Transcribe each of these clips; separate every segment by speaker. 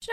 Speaker 1: Do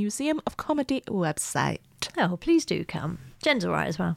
Speaker 2: Museum of Comedy website.
Speaker 1: Oh, please do come. Jen's all right as well.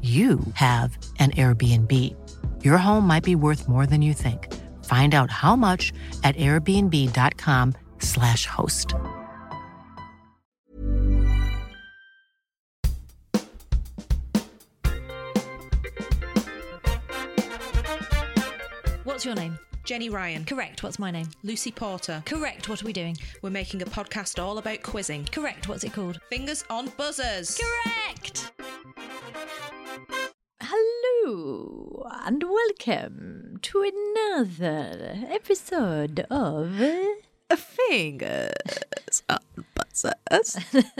Speaker 3: you have an Airbnb. Your home might be worth more than you think. Find out how much at airbnb.com/slash host.
Speaker 1: What's your name?
Speaker 4: Jenny Ryan.
Speaker 1: Correct. What's my name?
Speaker 4: Lucy Porter.
Speaker 1: Correct. What are we doing?
Speaker 4: We're making a podcast all about quizzing.
Speaker 1: Correct. What's it called?
Speaker 4: Fingers on buzzers.
Speaker 1: Correct. Hello and welcome to another episode of
Speaker 2: Fingers on buzzers.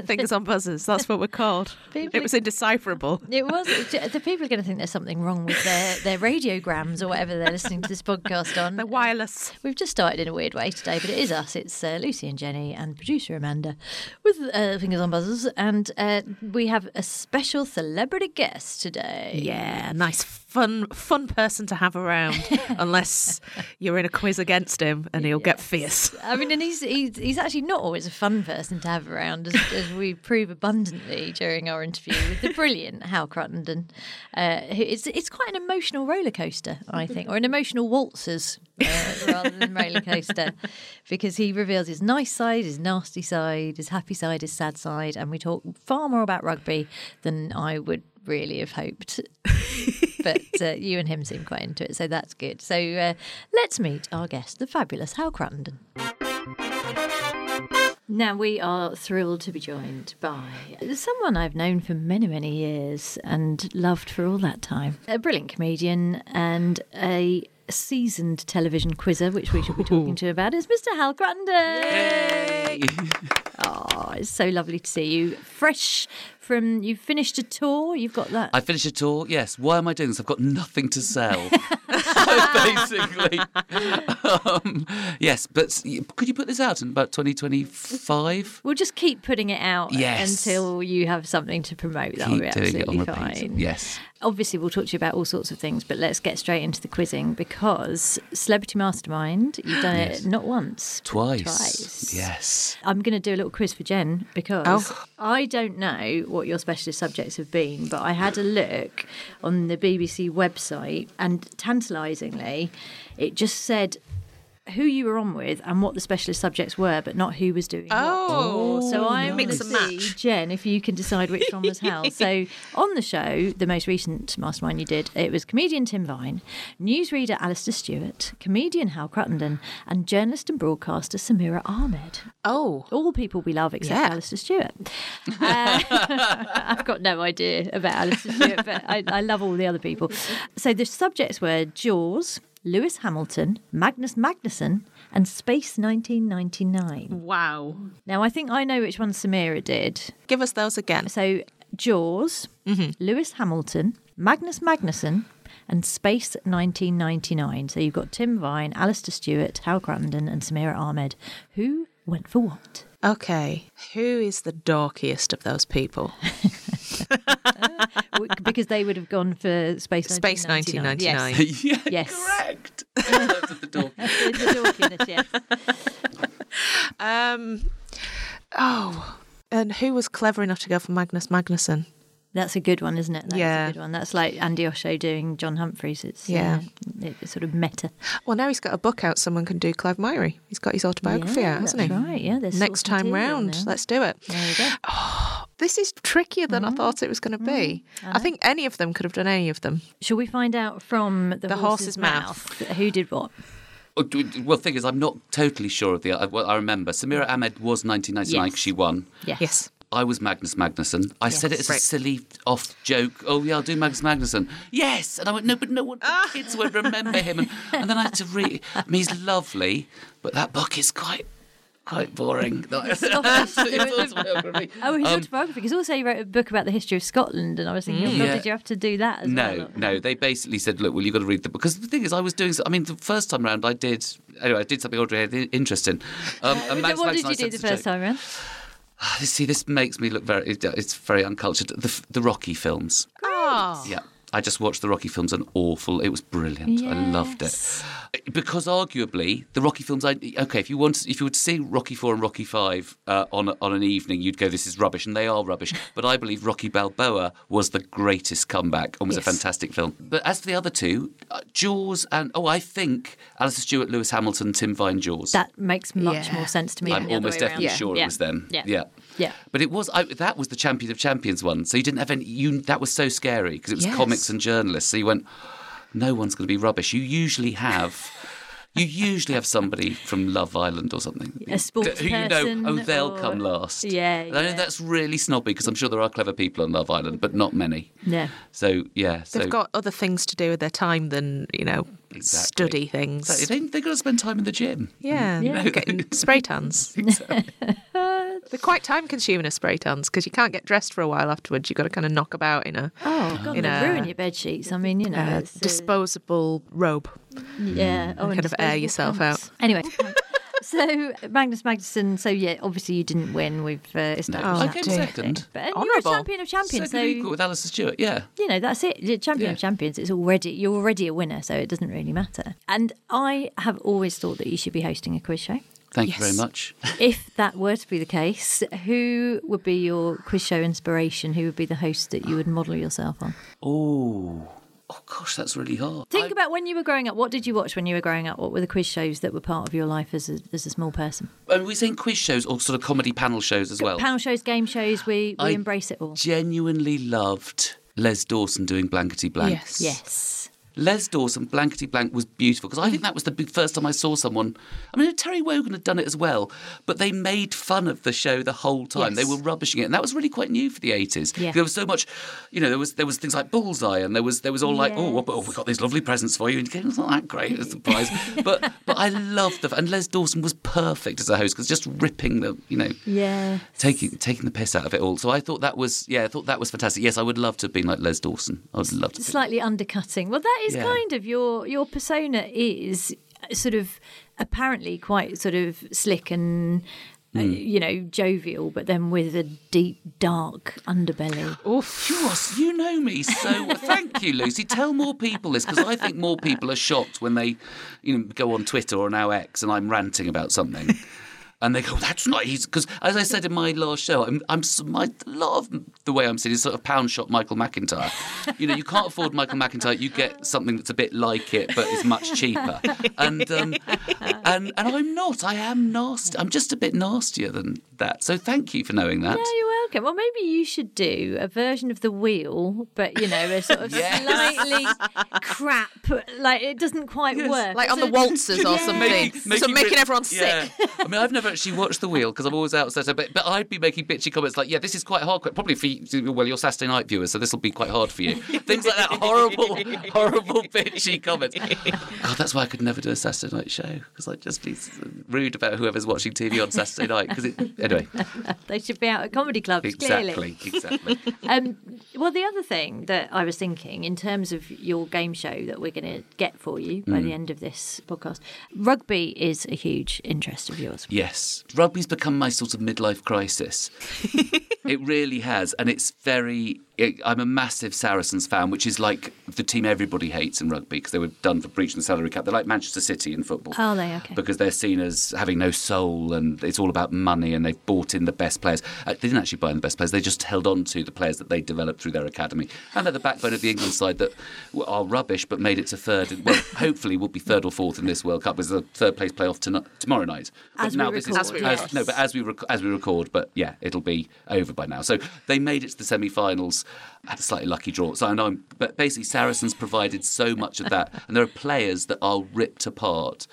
Speaker 2: Fingers on buzzers. That's what we're called.
Speaker 1: People-
Speaker 2: It was indecipherable.
Speaker 1: It was the people are going to think there's something wrong with their their radiograms or whatever they're listening to this podcast on.
Speaker 2: They're wireless.
Speaker 1: We've just started in a weird way today, but it is us. It's uh, Lucy and Jenny and producer Amanda with uh, fingers on buzzers, and uh, we have a special celebrity guest today.
Speaker 2: Yeah, nice, fun, fun person to have around, unless you're in a quiz against him and he'll get fierce.
Speaker 1: I mean, and he's, he's he's actually not always a fun person to have around, as, as we prove abundantly during our interview with the brilliant Hal Cruttendon. Uh, who- it's it's quite an emotional roller coaster, I think, or an emotional waltzers uh, rather than roller coaster, because he reveals his nice side, his nasty side, his happy side, his sad side, and we talk far more about rugby than I would really have hoped but uh, you and him seem quite into it, so that's good. So uh, let's meet our guest, the fabulous Hal Crandon. Now we are thrilled to be joined by someone I've known for many, many years and loved for all that time. A brilliant comedian and a seasoned television quizzer, which we should be talking to about, is Mr. Hal Crandon. Oh, it's so lovely to see you. Fresh from you've finished a tour, you've got that.
Speaker 5: I finished a tour. Yes. Why am I doing this? I've got nothing to sell. So basically, um, yes. But s- could you put this out in about 2025?
Speaker 1: We'll just keep putting it out
Speaker 5: Yes.
Speaker 1: until you have something to promote. That'll be
Speaker 5: Keep doing it
Speaker 1: absolutely
Speaker 5: on repeat.
Speaker 1: fine.
Speaker 5: Yes.
Speaker 1: Obviously, we'll talk to you about all sorts of things, but let's get straight into the quizzing because Celebrity Mastermind, you've done it not once, but
Speaker 5: Twice.
Speaker 1: Twice.
Speaker 5: Yes. Oh.
Speaker 1: I'm going to do a little quiz for Jen because I don't know what your specialist subjects have been, but I had a look on the BBC website and tantalisingly, it just said who you were on with and what the specialist subjects were, but not who was doing
Speaker 2: Oh,
Speaker 1: what. So I'm
Speaker 2: mix
Speaker 1: gonna
Speaker 2: and
Speaker 1: see,
Speaker 2: match.
Speaker 1: Jen, if you can decide which one was how. so on the show, the most recent mastermind you did, it was comedian Tim Vine, newsreader Alistair Stewart, comedian Hal Cruttendon, and journalist and broadcaster Samira Ahmed.
Speaker 2: Oh,
Speaker 1: All people we love except
Speaker 2: Yeah.
Speaker 1: Alistair Stewart. Uh, I've got no idea about Alistair Stewart, but I, I love all the other people. So the subjects were Jaws, Lewis Hamilton, Magnus Magnuson, and Space 1999.
Speaker 2: wow.
Speaker 1: Now, I think I know which one Samira did.
Speaker 2: Give us those again.
Speaker 1: So Jaws,
Speaker 2: Mm-hmm.
Speaker 1: Lewis Hamilton, Magnus Magnuson, and Space 1999. So you've got Tim Vine, Alistair Stewart, Hal Cruttendon, and Samira Ahmed. Who went for what?
Speaker 2: Okay, who is the dorkiest of those people?
Speaker 1: W- because they would have gone for space
Speaker 2: Space
Speaker 1: 1999.
Speaker 2: 1999.
Speaker 5: yeah,
Speaker 1: Yes.
Speaker 5: correct. In terms of the dog.
Speaker 1: Yes. The dorkiness, yes.
Speaker 2: Um, oh, and who was clever enough to go for Magnus Magnuson?
Speaker 1: That's a good one, isn't it? That's
Speaker 2: Yeah.
Speaker 1: a good one. That's like Andy Osho doing John Humphreys. It's
Speaker 2: Yeah.
Speaker 1: uh, it's sort of meta.
Speaker 2: Well, now he's got a book out. Someone can do Clive Myrie. He's got his autobiography
Speaker 1: yeah,
Speaker 2: out, hasn't
Speaker 1: that's
Speaker 2: he?
Speaker 1: Right. Yeah. there's
Speaker 2: Next
Speaker 1: source
Speaker 2: time
Speaker 1: material
Speaker 2: round,
Speaker 1: now.
Speaker 2: let's do it.
Speaker 1: There you go.
Speaker 2: This is trickier than I
Speaker 1: Mm-hmm.
Speaker 2: thought it was going to
Speaker 1: Mm,
Speaker 2: be. I think any of them could have done any of them.
Speaker 1: Shall we find out from the,
Speaker 2: The horse's mouth.
Speaker 1: who did what?
Speaker 5: Oh, d- d- Well, thing is, I'm not totally sure of the. I, well, I remember Samira Ahmed was 1999
Speaker 1: Yes.
Speaker 5: she won.
Speaker 1: Yes.
Speaker 2: Yes.
Speaker 5: I was Magnus Magnuson. I said it as a
Speaker 2: Right.
Speaker 5: silly off joke. Oh yeah, I'll do Magnus Magnuson. Yes, and I went no, but no one,
Speaker 1: Ah.
Speaker 5: the kids won't remember him. And, and then I had to read. I mean, he's lovely, but that book is quite quite boring. It's autobiography.
Speaker 1: Oh, his
Speaker 5: Um, Mm,
Speaker 1: autobiography. Because also he wrote a book about the history of Scotland, and I was thinking, oh, God,
Speaker 5: Yeah.
Speaker 1: did you have to do that as
Speaker 5: No,
Speaker 1: well?
Speaker 5: no. They basically said, "Look, well, you've got to read the book." Because the thing is, I was doing. I mean, the first time round, I did. Anyway, I did something Audrey had interest in. Um, and Magnus
Speaker 1: Uh, what did
Speaker 5: Magnuson, I
Speaker 1: you do
Speaker 5: said
Speaker 1: the
Speaker 5: as a joke.
Speaker 1: first time round?
Speaker 5: Ah, this- See, this makes me look very. it- It's very uncultured. The, f- the Rocky films.
Speaker 1: Ah.
Speaker 2: Oh,
Speaker 5: Yeah. I just watched the Rocky films and awful. It was brilliant. I loved
Speaker 1: Yes.
Speaker 5: it because arguably the Rocky films. I okay, if you want, if you were to see Rocky Four and Rocky Five uh, on on an evening, you'd go, "This is rubbish," and they are rubbish. but I believe Rocky Balboa was the greatest comeback and was
Speaker 1: Yes.
Speaker 5: a fantastic film. But as for the other two, uh, Jaws and oh, I think Alistair Stewart, Lewis Hamilton, Tim Vine, Jaws.
Speaker 1: That makes much
Speaker 2: Yeah.
Speaker 1: more sense to me. than
Speaker 5: I'm
Speaker 1: the other
Speaker 5: almost
Speaker 1: way
Speaker 5: definitely
Speaker 1: around.
Speaker 5: sure
Speaker 1: Yeah.
Speaker 5: it was them.
Speaker 1: Yeah.
Speaker 5: yeah.
Speaker 1: Yeah.
Speaker 5: But it was I, that was the Champion of Champions one. So you didn't have any. You that was so scary because it was
Speaker 2: Yes.
Speaker 5: comics and journalists. So you went, no one's going to be rubbish. You usually have. You usually have somebody from Love Island or something.
Speaker 1: A sports
Speaker 5: who you know,
Speaker 1: person
Speaker 5: oh, they'll
Speaker 1: or-
Speaker 5: come last.
Speaker 1: Yeah,
Speaker 5: And I know
Speaker 1: yeah.
Speaker 5: that's really snobby because I'm sure there are clever people on Love Island, but not many.
Speaker 1: No.
Speaker 5: So, yeah.
Speaker 2: they've
Speaker 5: so
Speaker 2: got other things to do with their time than you know
Speaker 5: Exactly.
Speaker 2: study things.
Speaker 5: Exactly. They, they've got to spend time in the gym.
Speaker 2: Yeah,
Speaker 1: Yeah.
Speaker 2: getting spray tans. They're quite time consuming as spray tans because you can't get dressed for a while afterwards. You've got to kind of knock about in a
Speaker 1: Oh God,
Speaker 2: In
Speaker 1: they
Speaker 2: a-
Speaker 1: ruin your bed sheets. I mean, you know,
Speaker 2: uh,
Speaker 1: it's, uh,
Speaker 2: disposable robe.
Speaker 1: yeah, oh, and
Speaker 2: kind of air
Speaker 1: disposable
Speaker 2: yourself
Speaker 1: pants. Anyway, so Magnus Magnuson. So yeah, obviously you didn't win. We've uh, established
Speaker 2: Oh,
Speaker 5: I
Speaker 1: that.
Speaker 5: came
Speaker 2: dear.
Speaker 5: second.
Speaker 1: But you were
Speaker 2: Honourable.
Speaker 1: champion of champions,
Speaker 5: Second
Speaker 1: so
Speaker 5: equal with Alistair Stewart, yeah.
Speaker 1: you know that's it. You're champion of
Speaker 5: Yeah.
Speaker 1: champions. It's already you're already a winner, so it doesn't really matter. And I have always thought that you should be hosting a quiz show.
Speaker 5: Thank you very
Speaker 2: Yes.
Speaker 5: much.
Speaker 1: if that were to be the case, who would be your quiz show inspiration? Who would be the host that you would model yourself on?
Speaker 5: Oh, oh gosh, that's really hard.
Speaker 1: Think about when you were growing up. What did you watch when you were growing up? What were the quiz shows that were part of your life as a, as a small person?
Speaker 5: And we're saying quiz shows or sort of comedy panel shows as well.
Speaker 1: Panel shows, game shows, we, we
Speaker 5: Oh. I-
Speaker 1: embrace it all.
Speaker 5: Genuinely loved Les Dawson doing Blankety Blank.
Speaker 2: Yes.
Speaker 1: yes.
Speaker 5: Les Dawson, Blankety Blank was beautiful because I
Speaker 1: Mm.
Speaker 5: think that was the big first time I saw someone. I mean, Terry Wogan had done it as well, but they made fun of the show the whole time. They
Speaker 1: Yes.
Speaker 5: were rubbishing it, and that was really quite new for the eighties.
Speaker 1: Yeah.
Speaker 5: There was so much, you know, there was there was things like Bullseye, and there was there was all like, oh, oh, we got these lovely presents for you, and you go, it's not that great, it's a prize. but but I loved the and Les Dawson was perfect as a host because just ripping the, you know,
Speaker 1: Yeah.
Speaker 5: taking taking the piss out of it all. So I thought that was yeah, I thought that was fantastic. Yes, I would love to have been like Les Dawson. I would love to. have been-
Speaker 1: Slightly undercutting. Well, that is
Speaker 5: Yeah.
Speaker 1: kind of your your persona is uh, sort of apparently quite sort of slick and. uh, you know, jovial, but then with a deep, dark underbelly.
Speaker 5: You, are- you know me so well. Thank you, Lucy. Tell more people this because I think more people are shocked when they, you know, go on Twitter or now X and I'm ranting about something. and they go, "That's not easy." Because as I said in my last show, I'm, I'm s- my a lot of the way I'm sitting is sort of pound shot Michael McIntyre. you know, you can't afford Michael McIntyre. You get something that's a bit like it, but is much cheaper. And um, and and I'm not. I am nasty. I'm just a bit nastier than that. So thank you for knowing that.
Speaker 1: No, you're welcome. Well, maybe you should do a version of the wheel, but you know, a sort of
Speaker 5: Yes.
Speaker 1: slightly crap, like it doesn't quite work.
Speaker 6: like on the
Speaker 1: So-
Speaker 6: waltzes or something. so making
Speaker 5: bit-
Speaker 6: everyone
Speaker 5: Yeah.
Speaker 6: sick.
Speaker 5: I mean, I've never actually watched The Wheel because I'm always out Saturday, but, but I'd be making bitchy comments like, yeah, this is quite hard, probably for you, well, you're Saturday night viewers, so this will be quite hard for you. Things like that, horrible, horrible bitchy comments. God, that's why I could never do a Saturday night show because I'd just be s- rude about whoever's watching TV on Saturday night. Because anyway,
Speaker 1: They should be out at comedy clubs, clearly.
Speaker 5: exactly, exactly.
Speaker 1: Um, well, the other thing that I was thinking in terms of your game show that we're going to get for you by the end of this podcast, rugby is a huge interest of yours.
Speaker 5: Yes. Rugby's become my sort of midlife crisis. it really has. And it's very. It, I'm a massive Saracens fan, which is like the team everybody hates in rugby because they were done for breaching the salary cap. They're like Manchester City in football.
Speaker 1: Are Oh, they? Okay.
Speaker 5: Because they're seen as having no soul and it's all about money and they've bought in the best players. Uh, They didn't actually buy in the best players, they just held on to the players that they developed through their academy. And they're the backbone of the England side that w- are rubbish but made it to third. Well, hopefully, will be third or fourth in this World Cup. There's a third place playoff tonight, tomorrow night. But
Speaker 1: As we
Speaker 5: now this is
Speaker 1: record, As we
Speaker 5: as-
Speaker 1: record.
Speaker 5: no, but as we rec- as we record, but yeah, it'll be over by now. So they made it to the semi-finals at a slightly lucky draw. So I know, I'm, but basically Saracens provided so much of that, and there are players that are ripped apart.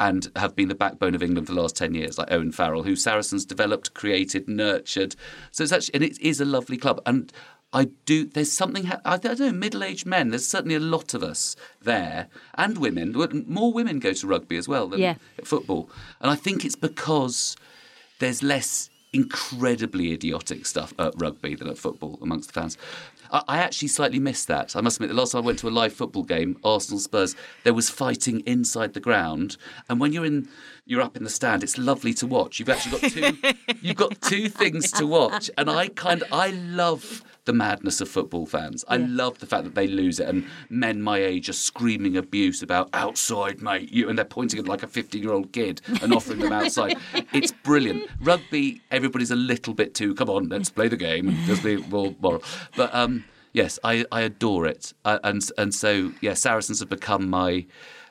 Speaker 5: And have been the backbone of England for the last ten years, like Owen Farrell, who Saracens developed, created, nurtured. So it's actually, and it is a lovely club. And I do. There's something. ha- I don't know. Middle-aged men. There's certainly a lot of us there, and women. More women go to rugby as well than
Speaker 1: Yeah.
Speaker 5: football, and I think it's because there's less incredibly idiotic stuff at rugby than at football amongst the fans. I, I actually slightly missed that. I must admit, the last time I went to a live football game, Arsenal Spurs, there was fighting inside the ground, and when you're in, you're up in the stand. It's lovely to watch. You've actually got two, you've got two things to watch, and I kind, I love. The madness of football fans. I love the fact that they lose it, and men my age are screaming abuse about outside, mate. You and they're pointing at like a fifteen-year-old kid and offering them outside. It's brilliant. Rugby, everybody's a little bit too. Come on, let's play the game and just be more moral. But um, yes, I, I adore it, uh, and and so yeah, Saracens have become my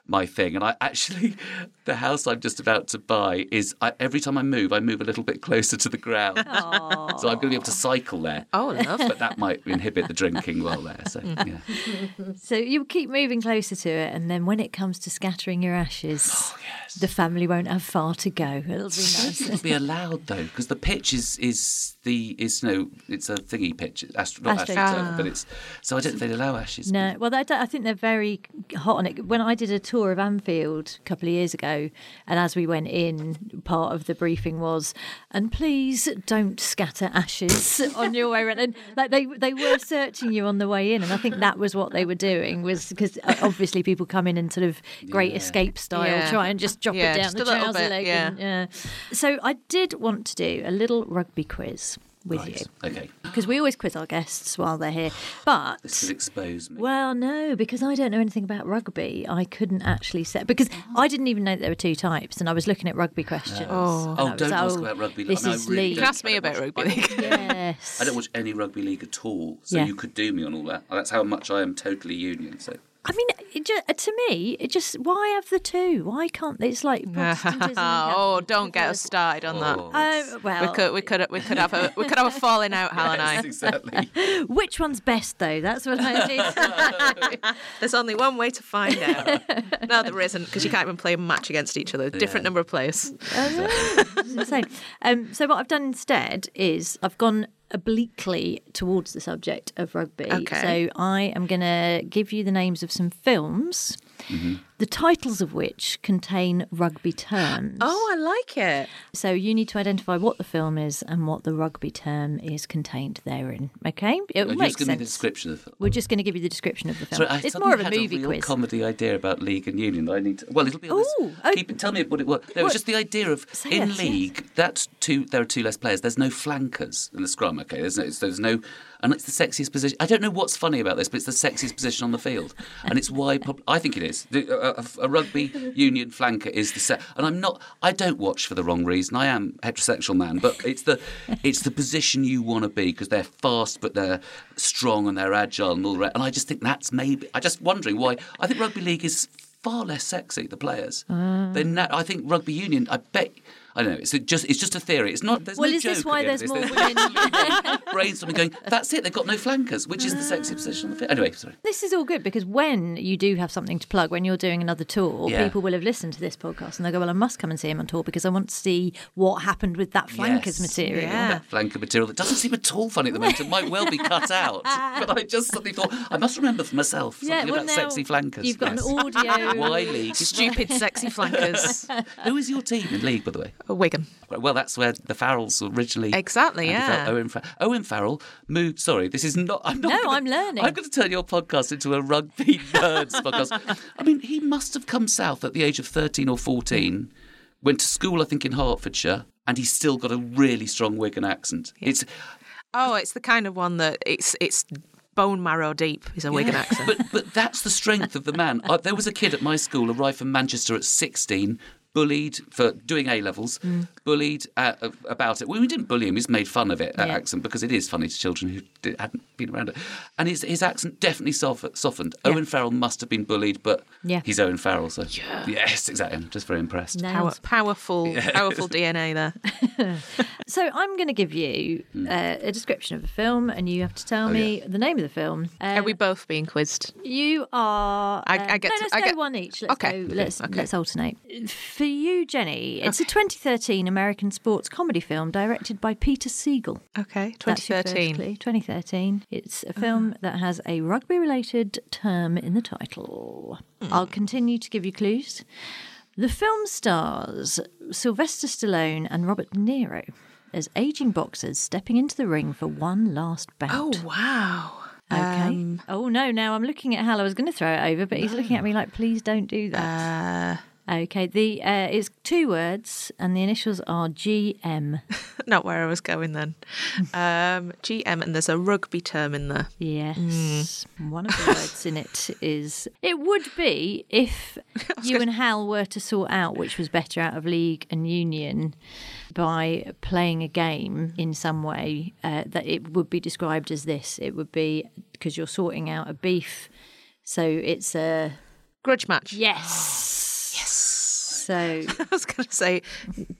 Speaker 5: my thing. And I actually, the house I'm just about to buy is I, every time I move, I move a little bit closer to the ground, so I'm going to be able to cycle there.
Speaker 2: Oh, love.
Speaker 5: But that might inhibit the drinking while there. So
Speaker 1: Hmm.
Speaker 5: yeah.
Speaker 1: So you keep moving closer to it, and then when it comes to scattering your ashes, the family won't have far to go. It'll be nice.
Speaker 5: It'll be allowed though, because the pitch is is the is no, it's a thingy pitch, astro, not
Speaker 1: Astro- Ah.
Speaker 5: astroturf, but it's so I don't think they allow ashes.
Speaker 1: No, well, I, don't- I think they're very hot on it. When I did a tour of Anfield a couple of years ago, and as we went in, part of the briefing was, and please don't scatter ashes on your way around. And like they they were searching you on the way in, and I think that was what they were doing was because obviously people come in and sort of great escape style,
Speaker 6: Yeah.
Speaker 1: try and just drop
Speaker 6: Yeah,
Speaker 1: it down
Speaker 6: just
Speaker 1: the
Speaker 6: a little
Speaker 1: trouser
Speaker 6: bit,
Speaker 1: leg.
Speaker 6: yeah.
Speaker 1: And, yeah. So I did want to do a little rugby quiz with you
Speaker 5: Right. Okay.
Speaker 1: because we always quiz our guests while they're here, but.
Speaker 5: This could expose me.
Speaker 1: Well, no, because I don't know anything about rugby. I couldn't actually set because I didn't even know that there were two types, and I was looking at rugby questions.
Speaker 2: Oh.
Speaker 1: and I
Speaker 5: oh,
Speaker 1: was,
Speaker 5: don't ask
Speaker 1: oh,
Speaker 5: about rugby.
Speaker 1: This
Speaker 5: I mean, I
Speaker 1: is
Speaker 5: really
Speaker 1: league.
Speaker 2: You
Speaker 5: don't-
Speaker 2: can ask me
Speaker 5: I don't
Speaker 2: about
Speaker 5: watch-
Speaker 2: rugby
Speaker 5: I don't-
Speaker 2: league.
Speaker 1: Yes.
Speaker 5: I don't watch any rugby league at all, so
Speaker 1: Yeah.
Speaker 5: you could do me on all that. That's how much I am totally union. So
Speaker 1: I mean, it ju- uh, to me, it just why have the two? Why can't it's like Protestantism? and
Speaker 2: oh,
Speaker 1: Catholicism.
Speaker 2: don't get us started on that.
Speaker 5: Oh,
Speaker 1: Oh, well,
Speaker 2: We could, we could, we could have a, we could have a falling out,
Speaker 1: Oh,
Speaker 2: Hal and
Speaker 5: yes,
Speaker 2: I.
Speaker 5: exactly.
Speaker 1: which one's best though? That's what I need.
Speaker 2: There's only one way to find out. No, there isn't, because you can't even play a match against each other. Different number of players.
Speaker 1: It's insane. Um, so what I've done instead is I've gone obliquely towards the subject of rugby.
Speaker 2: Okay.
Speaker 1: So I am going to give you the names of some films,
Speaker 5: Mm-hmm.
Speaker 1: the titles of which contain rugby terms.
Speaker 2: Oh, I like it.
Speaker 1: So you need to identify what the film is and what the rugby term is contained therein. Okay, it
Speaker 5: You're
Speaker 1: makes
Speaker 5: just giving me the
Speaker 1: sense.
Speaker 5: description of.
Speaker 1: We're just going to give you the description of the film.
Speaker 5: Sorry, I
Speaker 1: it's
Speaker 5: suddenly
Speaker 1: more of a
Speaker 5: had
Speaker 1: movie
Speaker 5: real
Speaker 1: quiz.
Speaker 5: comedy idea about league and union that I need to. Well, it'll be on this.
Speaker 1: Ooh, oh.
Speaker 5: Keep it, tell me what it was. No,
Speaker 1: What-
Speaker 5: it's just the idea of
Speaker 1: Say yes,
Speaker 5: in
Speaker 1: yes.
Speaker 5: league that's two. There are two less players. There's no flankers in the scrum. Okay, there's no. it's- There's no. And it's the sexiest position. I don't know what's funny about this, but it's the sexiest position on the field, and it's why. Prob- I think it is. The- uh, a, a rugby union flanker is the set. And I'm not. I don't watch for the wrong reason. I am heterosexual man, but it's the it's the position you want to be because they're fast, but they're strong and they're agile and all that. And I just think that's maybe. I just wondering why. I think rugby league is far less sexy. The players. They're not, I think rugby union. I bet. I don't know. It's a- just it's just a theory. It's not. There's
Speaker 1: Well,
Speaker 5: no
Speaker 1: is this
Speaker 5: joke at
Speaker 1: why
Speaker 5: the end of
Speaker 1: there's more
Speaker 5: this.
Speaker 1: women?
Speaker 5: brainstorming, going, that's it, they've got no flankers, which is the
Speaker 1: Ah.
Speaker 5: sexy position on the field. Anyway, sorry.
Speaker 1: This is all good because when you do have something to plug, when you're doing another tour,
Speaker 5: Yeah.
Speaker 1: people will have listened to this podcast and they'll go, Well, I must come and see him on tour because I want to see what happened with that flankers
Speaker 5: Yes.
Speaker 1: material.
Speaker 2: Yeah.
Speaker 5: That flanker material that doesn't seem at all funny at the moment. It might well be cut out. But I just suddenly thought, I must remember for myself something
Speaker 1: Yeah, well,
Speaker 5: about
Speaker 1: now
Speaker 5: sexy flankers.
Speaker 1: You've got
Speaker 5: Yes.
Speaker 1: an audio.
Speaker 5: Why league? is-
Speaker 2: Stupid, sexy flankers.
Speaker 5: Who is your team in league, by the way?
Speaker 2: Wigan.
Speaker 5: Well, that's where the Farrells were originally.
Speaker 2: Exactly,
Speaker 5: Andy
Speaker 2: yeah.
Speaker 5: Farrell- Owen, Far- Owen Farrell moved. Sorry, this is not. I'm not
Speaker 1: No,
Speaker 5: gonna-
Speaker 1: I'm learning.
Speaker 5: I'm going to turn your podcast into a rugby nerds podcast. I mean, he must have come south at the age of 13 or 14. Went to school, I think, in Hertfordshire, and he's still got a really strong Wigan accent. It's
Speaker 2: Oh, it's the kind of one that it's it's bone marrow deep is a Wigan accent.
Speaker 5: but but that's the strength of the man. Uh, there was a kid at my school, arrived from Manchester at 16, bullied for doing A levels,
Speaker 1: Mm.
Speaker 5: bullied uh, uh, about it. Well, we didn't bully him; we just made fun of it that
Speaker 1: Yeah.
Speaker 5: accent because it is funny to children who di- hadn't been around it. And his his accent definitely sof- softened. Owen Farrell must have been bullied, but
Speaker 1: Yeah.
Speaker 5: he's Owen Farrell, so yes, exactly. I'm just very impressed.
Speaker 1: Nailed.
Speaker 2: Power, powerful, powerful DNA there.
Speaker 1: So I'm going to give you
Speaker 2: Mm.
Speaker 1: uh, a description of a film, and you have to tell me the name of the film. Um,
Speaker 2: Are Oh, we both being quizzed?
Speaker 1: You are.
Speaker 2: I-
Speaker 1: uh,
Speaker 2: I get
Speaker 1: No,
Speaker 2: to-
Speaker 1: let's
Speaker 2: I
Speaker 1: go
Speaker 2: get-
Speaker 1: one each. Let's
Speaker 2: Okay.
Speaker 1: Go, let's
Speaker 2: Okay.
Speaker 1: let's alternate. For you, Jenny, it's a 2013 American sports comedy film directed by Peter Siegel.
Speaker 2: Okay,
Speaker 1: That's your first
Speaker 2: 2013.
Speaker 1: clue. 2013. It's a film that has a rugby-related term in the title. I'll continue to give you clues. The film stars Sylvester Stallone and Robert De Niro as aging boxers stepping into the ring for one last bout.
Speaker 2: Oh wow. Um,
Speaker 1: Okay. oh no! Now I'm looking at Hal. I was going to throw it over, but he's looking at me like, "Please don't do that." okay. The uh, it's two words, and the initials are GM.
Speaker 2: Not where I was going then. Um, GM and there's a rugby term in there.
Speaker 1: Yes. Mm. One of the words in it is. It would be if you and Hal were to sort out which was better out of league and union by playing a game in some way uh, that it would be described as this. It would be because you're sorting out a beef, so it's a.
Speaker 2: Grudge match.
Speaker 1: Yes. yes. So
Speaker 2: I was going to say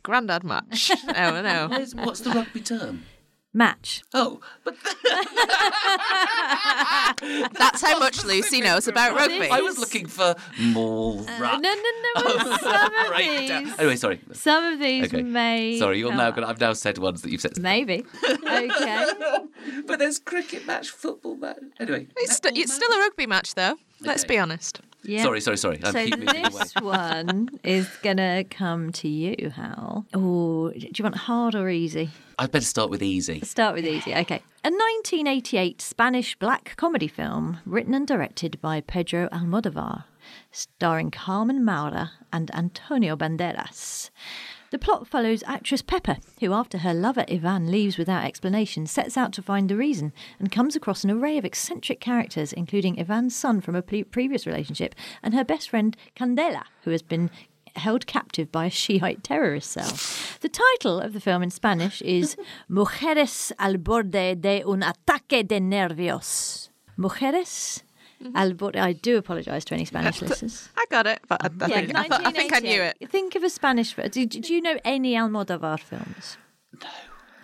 Speaker 2: grandad match. Oh no.
Speaker 5: Where's- What's the rugby term?
Speaker 1: match.
Speaker 5: Oh, but
Speaker 2: That's how much Lucy knows about rugby.
Speaker 5: I was looking for more.
Speaker 1: Uh, no, no, no. it's Some of these.
Speaker 5: Anyway, sorry.
Speaker 1: Some of these
Speaker 5: Okay.
Speaker 1: may.
Speaker 5: Sorry, you're
Speaker 1: come
Speaker 5: now
Speaker 1: up.
Speaker 5: going to. I've now said ones that you've said.
Speaker 1: Maybe. Okay.
Speaker 5: But there's cricket match, football match. Anyway,
Speaker 2: It's, st- it's still a rugby match though. Let's
Speaker 5: Okay.
Speaker 2: be honest.
Speaker 1: Yeah.
Speaker 5: Sorry, sorry, sorry. I'm
Speaker 1: So
Speaker 5: keep moving away.
Speaker 1: this one is gonna come to you, Hal. Oh, do you want hard or easy?
Speaker 5: I better start with easy.
Speaker 1: Start with easy. Okay. A 1988 Spanish black comedy film written and directed by Pedro Almodovar, starring Carmen Maura and Antonio Banderas. The plot follows actress Pepper, who, after her lover Ivan leaves without explanation, sets out to find the reason and comes across an array of eccentric characters, including Ivan's son from a pre- previous relationship and her best friend Candela, who has been held captive by a Shiite terrorist cell. The title of the film in Spanish is Mujeres al borde de un ataque de nervios. Mujeres
Speaker 2: Mm-hmm.
Speaker 1: al borde. I do apologise to any Spanish listeners.
Speaker 2: I got it, but I, I, think, I, thought- I think I knew it.
Speaker 1: 1988. Think of a Spanish. fir- Do, do you know any Almodovar films?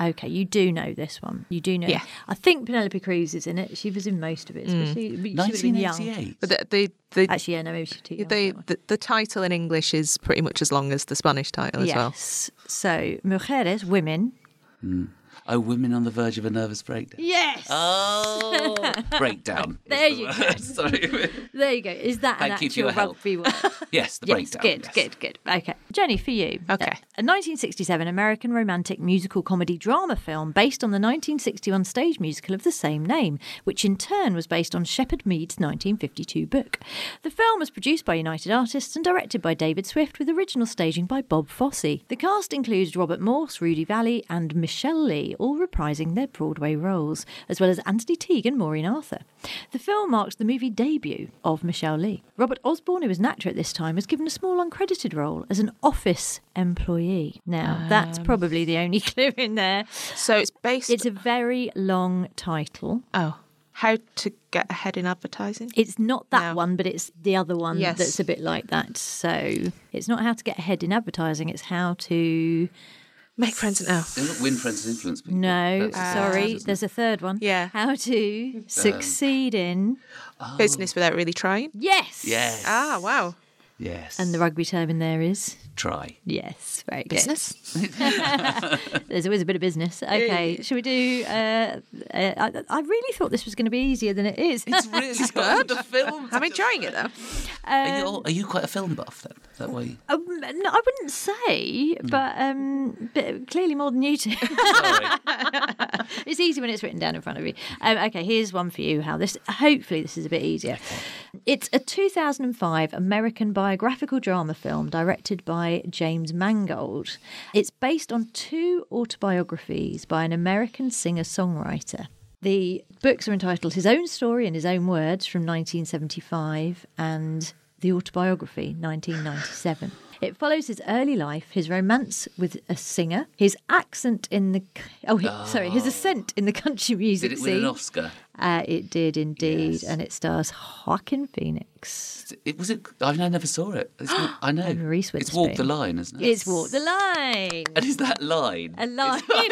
Speaker 1: No. Okay, you do know this one. You do know.
Speaker 2: Yeah. Mm.
Speaker 1: I think Penelope Cruz is in it. She was in most of it. but She, but she would have been young.
Speaker 5: 1988.
Speaker 2: But the the, the
Speaker 1: Actually, yeah, no, maybe she's too young. for that
Speaker 2: The,
Speaker 1: one.
Speaker 2: the the title in English is pretty much as long as the Spanish title as well.
Speaker 1: Yes. So, mujeres, women.
Speaker 5: Oh, women on the verge of a nervous breakdown.
Speaker 1: Yes.
Speaker 5: Oh, breakdown. is
Speaker 1: There
Speaker 5: the
Speaker 1: you
Speaker 5: word.
Speaker 1: go.
Speaker 5: Sorry.
Speaker 1: There you go. Is that
Speaker 5: Thank
Speaker 1: an
Speaker 5: you for your
Speaker 1: actual
Speaker 5: help.
Speaker 1: rugby word?
Speaker 5: Yes, the
Speaker 1: yes,
Speaker 5: breakdown.
Speaker 1: good,
Speaker 5: yes.
Speaker 1: good, good. Okay. Jenny, for you.
Speaker 2: Okay.
Speaker 1: A 1967 American romantic musical comedy drama film based on the 1961 stage musical of the same name, which in turn was based on Shepard Mead's 1952 book. The film was produced by United Artists and directed by David Swift with original staging by Bob Fosse. The cast includes Robert Morse, Rudy Valley, and Michelle Lee, Foley, all reprising their Broadway roles, as well as Anthony Teague and Maureen Arthur. The film marks the movie debut of Michelle Lee. Robert Osborne, who was an actor at this time, was given a small uncredited role as an office employee. Now, that's probably the only clue in there.
Speaker 2: So it's based.
Speaker 1: It's a very long title.
Speaker 2: oh, how to get ahead in advertising?
Speaker 1: It's not that
Speaker 2: No.
Speaker 1: one, but it's the other one
Speaker 2: Yes.
Speaker 1: that's a bit like that. So it's not how to get ahead in advertising, it's how to.
Speaker 2: Make friends and oh,
Speaker 5: They're not win friends and influence people.
Speaker 1: No,
Speaker 5: That's-
Speaker 1: sorry,
Speaker 5: isn't it? Um,
Speaker 1: there's a third one.
Speaker 2: Yeah.
Speaker 1: How to succeed in.
Speaker 2: business without really trying.
Speaker 1: Yes!
Speaker 5: Yes.
Speaker 2: Ah, wow.
Speaker 5: Yes.
Speaker 1: And the rugby term in there is.
Speaker 5: try.
Speaker 1: Yes, very good.
Speaker 2: Business.
Speaker 1: There's always a bit of business. Okay, should we do? Uh, uh, I, I really thought this was going to be easier than it is.
Speaker 5: It's really good. The film.
Speaker 2: I'm enjoying it though.
Speaker 5: Are you, are you quite a film buff then? Is that why?
Speaker 1: Um, no, Um, I wouldn't say, but, um, but clearly more than you two.
Speaker 5: Sorry.
Speaker 1: it's easy when it's written down in front of you. Um, okay, here's one for you. How this? Hopefully, this is a bit easier. It's a 2005 American biographical drama film directed by James Mangold. It's based on two autobiographies by an American singer-songwriter. The books are entitled His Own Story in His Own Words from 1975 and The Autobiography 1997. It follows his early life, his romance with a singer, his accent in the c- oh, he- sorry, his ascent in the country music
Speaker 5: Ah. Did it win
Speaker 1: scene.
Speaker 5: an Oscar?
Speaker 1: Uh, it did indeed,
Speaker 5: Yes.
Speaker 1: and it stars Joaquin Phoenix.
Speaker 5: It was it. I know- I never saw it. It's not, I know.
Speaker 1: And Reese
Speaker 5: it's walk the
Speaker 1: Witherspoon.
Speaker 5: line, isn't it?
Speaker 1: It's Walk the Line.
Speaker 5: And is that line?
Speaker 1: A line.
Speaker 5: I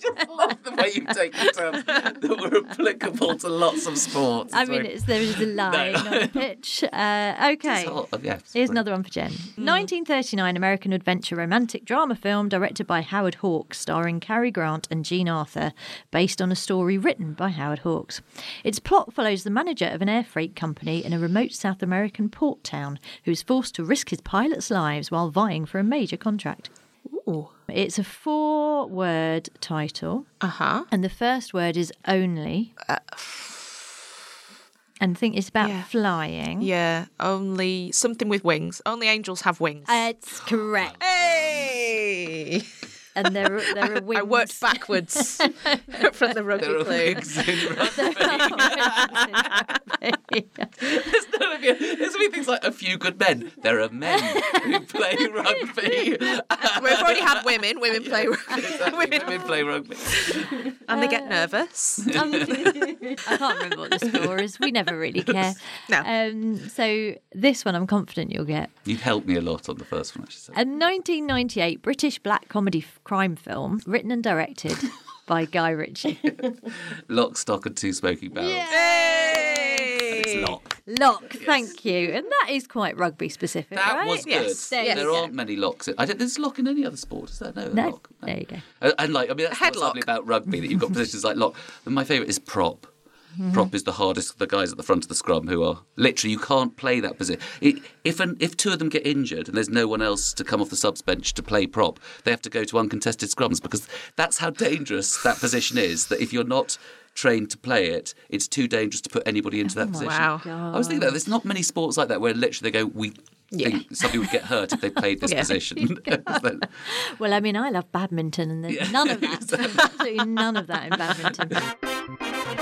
Speaker 5: just love the way you take the terms that were applicable to lots of sports.
Speaker 1: I
Speaker 5: It's
Speaker 1: mean,
Speaker 5: very-
Speaker 1: it's, there is a line on the pitch. Uh, okay.
Speaker 5: it's hot. Oh, yeah,
Speaker 1: Here's
Speaker 5: it's brilliant.
Speaker 1: another one for Jen.
Speaker 2: Hmm.
Speaker 1: 1939 American adventure romantic drama film directed by Howard Hawks, starring Cary Grant and Jean Arthur, based on a story written by Howard Hawks. Its plot follows the manager of an air freight company in a remote South American port town who is forced to risk his pilots' lives while vying for a major contract. It's a four word title,
Speaker 2: Uh huh.
Speaker 1: and the first word is only. and I think it's about
Speaker 2: Uh. Yeah.
Speaker 1: flying.
Speaker 2: Yeah. Only something with wings. Only angels have wings.
Speaker 1: It's correct.
Speaker 2: hey.
Speaker 1: and there are, there are wings.
Speaker 2: I worked backwards from the
Speaker 5: There
Speaker 2: rugby
Speaker 5: are
Speaker 2: clue.
Speaker 5: wigs in There's many things like a few good men. There are men who play rugby.
Speaker 2: We've already had women. Women play rugby,
Speaker 5: Exactly, Women play rugby.
Speaker 2: and they get nervous.
Speaker 1: Um, I can't remember what the score is. We never really care.
Speaker 2: No.
Speaker 1: Um, so this one, I'm confident you'll get.
Speaker 5: You've helped me a lot on the first one, I should say.
Speaker 1: A 1998 British black comedy f- crime film, written and directed by Guy Ritchie.
Speaker 5: Lock, stock, and two smoking barrels. It's lock.
Speaker 1: Lock, thank you. And that is quite rugby specific,
Speaker 5: That
Speaker 1: right?
Speaker 5: was good.
Speaker 2: Yes,
Speaker 1: there
Speaker 5: There,
Speaker 1: you go.
Speaker 5: aren't many locks. In, I don't, there's lock in any other sport, is there? No,
Speaker 1: No,
Speaker 5: lock.
Speaker 1: there you go.
Speaker 5: And, and like, I mean, that's what's
Speaker 2: Headlock.
Speaker 5: lovely about rugby that you've got positions like lock. And my favourite is prop.
Speaker 1: Mm-hmm.
Speaker 5: Prop is the hardest. The guys at the front of the scrum who are literally you can't play that position. It, if an, if two of them get injured and there's no one else to come off the subs bench to play prop, they have to go to uncontested scrums because that's how dangerous that position is. That if you're not trained to play it, it's too dangerous to put anybody into
Speaker 1: Oh,
Speaker 5: that position.
Speaker 2: Wow.
Speaker 5: I was thinking that there's not many sports like that where literally they go, we think somebody would get hurt if they played this position.
Speaker 1: Well, I mean, I love badminton, and there's none of that. absolutely none of that in badminton.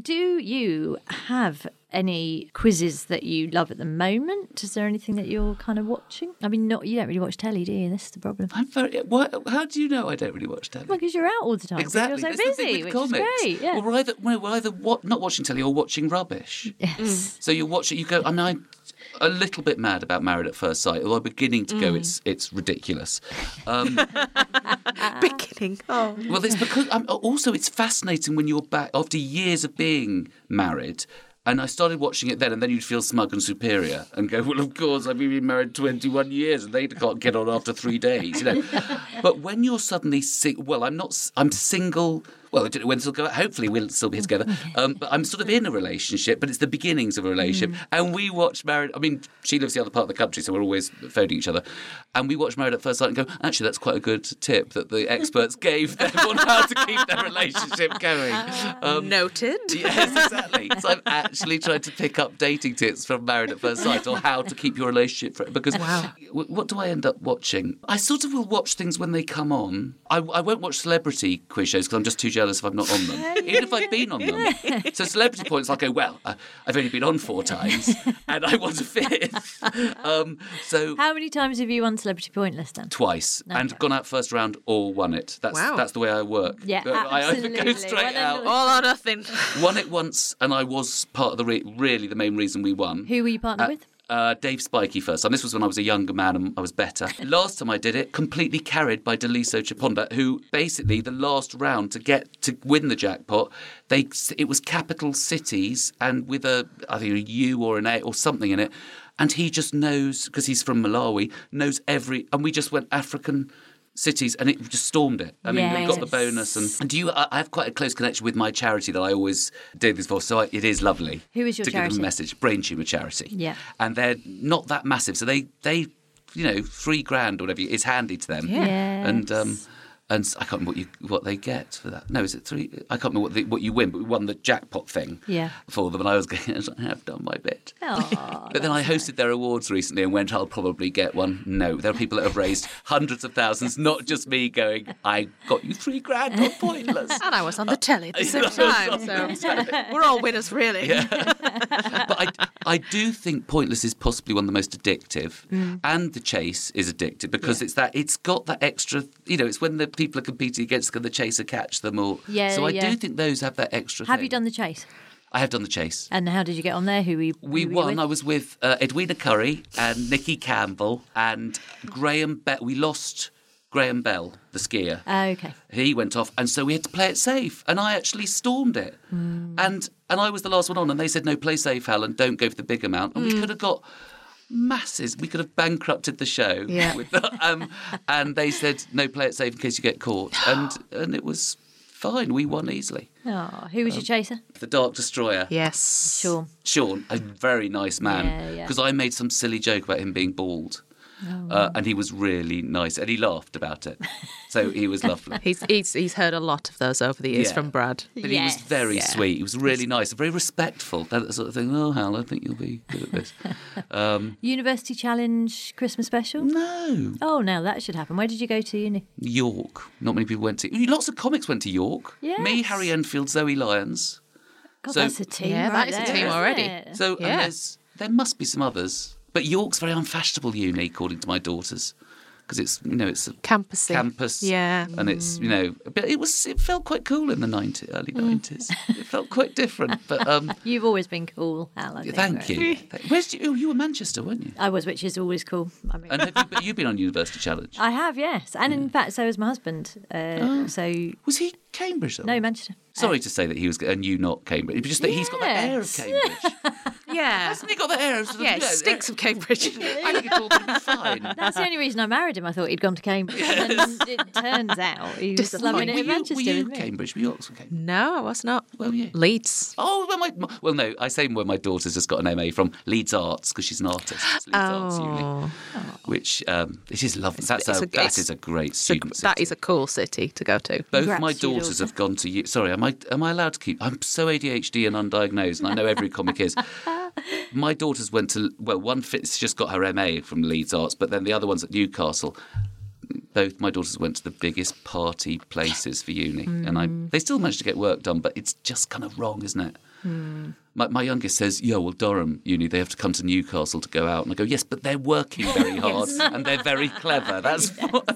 Speaker 1: Do you have any quizzes that you love at the moment? Is there anything that you're kind of watching? I mean, not you don't really watch telly, do you? This is the problem.
Speaker 5: I'm very. What, how do you know I don't really watch telly?
Speaker 1: because you're out all the time. 'cause
Speaker 5: Exactly.
Speaker 1: You're so
Speaker 5: That's the
Speaker 1: busy,
Speaker 5: thing with
Speaker 1: which is
Speaker 5: comics.
Speaker 1: great. Yeah.
Speaker 5: We're either, we're either what, not watching telly or watching rubbish. Mm.
Speaker 1: Yes.
Speaker 5: So you watch it, you go, and I'm a little bit mad about Married at First Sight, although I'm beginning to
Speaker 1: Mm.
Speaker 5: go, it's it's ridiculous. Um,
Speaker 2: Beginning. Oh.
Speaker 5: well, it's because um, also it's fascinating when you're back after years of being married. And I started watching it then, and then you'd feel smug and superior and go, Well, of course, I've been married 21 years and they can't get on after three days, you know. but when you're suddenly, sing- well, I'm not, s- I'm single. Well, I don't know when this will go out. Hopefully, we'll still be together. Um, but I'm sort of in a relationship, but it's the beginnings of a relationship. And we watch Married, I mean, she lives the other part of the country, so we're always phoning each other. And we watch Married at First Sight and go, Actually, that's quite a good tip that the experts gave them on how to keep their relationship going.
Speaker 2: Oh,
Speaker 5: Um,
Speaker 2: Noted.
Speaker 5: Yes, exactly. So I've actually tried to pick up dating tips from Married at First Sight or how to keep your relationship fr- because w- what do I end up watching? I sort of will watch things when they come on. I, I won't watch celebrity quiz shows because I'm just too jealous if I'm not on them, even if I've been on them. So celebrity points, I go well. I, I've only been on four times and I want a fifth. Um, so.
Speaker 1: How many times have you won Celebrity Pointless then?
Speaker 5: Twice and gone out first round or won it. That's
Speaker 2: Wow.
Speaker 5: that's the way I work.
Speaker 1: Yeah,
Speaker 5: I either go
Speaker 1: absolutely.
Speaker 5: straight
Speaker 1: Well, then
Speaker 5: out.
Speaker 2: All or nothing.
Speaker 5: Won it once, and I was part of the re- really the main reason we won.
Speaker 1: Who were you partnered with?
Speaker 5: Uh, Dave Spikey first time. This was when I was a younger man and I was better. last time I did it, completely carried by Deliso Chaponda, who basically the last round to get to win the jackpot, they it was capital cities and with a either a U or an A or something in it, and he just knows because he's from Malawi, knows every, and we just went African. Cities and it just stormed it. I mean, we got the bonus, and, and do you? I I have quite a close connection with my charity that I always do this for, so I, it is lovely.
Speaker 1: Who is your
Speaker 5: to give them a
Speaker 1: charity?
Speaker 5: message, brain tumor charity.
Speaker 1: Yeah.
Speaker 5: And they're not that massive. So they, they you know, three grand or whatever is handy to them.
Speaker 1: Yeah. Yes.
Speaker 5: And um and I can't remember what you what they get for that. No, is it three? I can't remember what, the, what you win, but we won the jackpot thing
Speaker 1: Yeah.
Speaker 5: for them, and I was going, I have done my bit.
Speaker 1: Oh,
Speaker 5: But then I hosted their awards recently and went, I'll probably get one. No, there are people that have raised hundreds of thousands, not just me going, I got you three grand on pointless.
Speaker 2: And I was on the telly at the same time, so we're all winners, really.
Speaker 5: but I, I do think Pointless is possibly one of the most addictive,
Speaker 1: Mm.
Speaker 5: and The Chase is addictive because it's that it's got that extra. You know, it's when the people are competing against can the chaser catch them or.
Speaker 1: Yeah,
Speaker 5: So I
Speaker 1: yeah.
Speaker 5: do think those have that extra.
Speaker 1: have you
Speaker 5: thing.
Speaker 1: done the chase?
Speaker 5: I have done The Chase.
Speaker 1: And how did you get on there? Who were you?
Speaker 5: We
Speaker 1: who were you
Speaker 5: won.
Speaker 1: with?
Speaker 5: I was with uh, Edwina Curry and Nikki Campbell and Graham Bell. We lost Graham Bell, the skier
Speaker 1: Oh, okay.
Speaker 5: he went off, and so we had to play it safe. And I actually stormed it,
Speaker 1: Hmm.
Speaker 5: and and I was the last one on, and they said no, play safe, Helen, don't go for the big amount,
Speaker 1: Hmm.
Speaker 5: and we could have got masses. We could have bankrupted the show,
Speaker 2: Yeah.
Speaker 5: with the, um, and they said no, play it safe in case you get caught, and and it was fine. We won easily.
Speaker 1: Oh, who
Speaker 5: Um,
Speaker 1: was your chaser?
Speaker 5: The Dark Destroyer.
Speaker 2: Yes.
Speaker 1: Sean.
Speaker 5: Sean, a very nice
Speaker 1: Yeah,
Speaker 5: man,
Speaker 1: yeah. Oh,
Speaker 5: because I made some silly joke about him being bald, uh, and he was really nice, and he laughed about it, so he was lovely.
Speaker 2: He's, he's he's heard a lot of those over the years
Speaker 5: Yeah.
Speaker 2: from Brad.
Speaker 5: But he was
Speaker 1: Yes.
Speaker 5: very sweet. He was really nice, and very respectful. That sort of thing. Oh, Hal, I think you'll be good at this.
Speaker 1: University Challenge Christmas special?
Speaker 5: Mm. no,
Speaker 1: Oh, now that should happen. Where did you go to uni?
Speaker 5: York. Not many people went to. Lots of comics went to York. Me,
Speaker 1: Yes.
Speaker 5: Harry Enfield, Zoe Lyons.
Speaker 1: God,
Speaker 5: So-
Speaker 1: that's a team.
Speaker 2: Yeah, that
Speaker 1: right
Speaker 2: is a
Speaker 1: there,
Speaker 2: team
Speaker 1: isn't
Speaker 2: already.
Speaker 1: it?
Speaker 5: So and
Speaker 2: Yeah.
Speaker 5: there's, there must be some others. But York's very unfashionable uni, according to my daughters, because it's you know it's a
Speaker 2: Campus.
Speaker 5: campus.
Speaker 2: Yeah.
Speaker 5: and it's you know, but it was it felt quite cool in the 90, early
Speaker 2: Mm.
Speaker 5: nineties. it felt quite different. But um,
Speaker 1: You've always been cool, Al. I think,
Speaker 5: thank
Speaker 1: right?
Speaker 5: you. Where's you? oh, You were Manchester, weren't you?
Speaker 1: I was, which is always cool. I mean,
Speaker 5: And have you, but you've been on University Challenge.
Speaker 1: I have, yes. And in fact, so has my husband. Uh,
Speaker 5: Oh.
Speaker 1: So,
Speaker 5: Was he Cambridge though?
Speaker 1: no, Manchester.
Speaker 5: Sorry to say that he was, and you not Cambridge, but just that he's got that air of
Speaker 1: Yes.
Speaker 5: Cambridge.
Speaker 2: Yeah.
Speaker 5: Hasn't he got the hair of sort of-
Speaker 2: Yeah, it stinks of Cambridge.
Speaker 5: I think it's all been fine.
Speaker 1: Uh, That's the only reason I married him. I thought he'd gone to Cambridge. And then it turns out he was slumming
Speaker 5: Were
Speaker 1: it
Speaker 5: you,
Speaker 1: in Manchester
Speaker 5: were you
Speaker 1: with me.
Speaker 5: Cambridge? Were you Oxford? Cambridge?
Speaker 2: No, I was not.
Speaker 5: Well, yeah.
Speaker 2: Leeds.
Speaker 5: Oh, well, my, my- well, no, I say where my daughter's just got an MA from Leeds Arts because she's an artist. It's Leeds Arts Uni,
Speaker 2: Oh,
Speaker 5: which um, it is lovely. That's
Speaker 2: it's
Speaker 5: a,
Speaker 2: a-
Speaker 5: that
Speaker 2: it's-
Speaker 5: is a great
Speaker 2: it's a-
Speaker 5: student.
Speaker 2: that
Speaker 5: city.
Speaker 2: is a cool city to go to.
Speaker 5: Both
Speaker 1: Congrats
Speaker 5: my
Speaker 1: to your
Speaker 5: daughters
Speaker 1: daughter.
Speaker 5: have gone to. U- Sorry, am I am I allowed to keep? I'm so ADHD and undiagnosed, and I know every comic is. My daughters went to. Well, one fit's just got her MA from Leeds Arts, but then the other one's at Newcastle. Both my daughters went to the biggest party places for uni, and I they still managed to get work done, but it's just kind of wrong, isn't it? My, my youngest says, "Yo, well, Durham Uni, they have to come to Newcastle to go out." And I go, "Yes, but they're working very hard and they're very clever. That's what,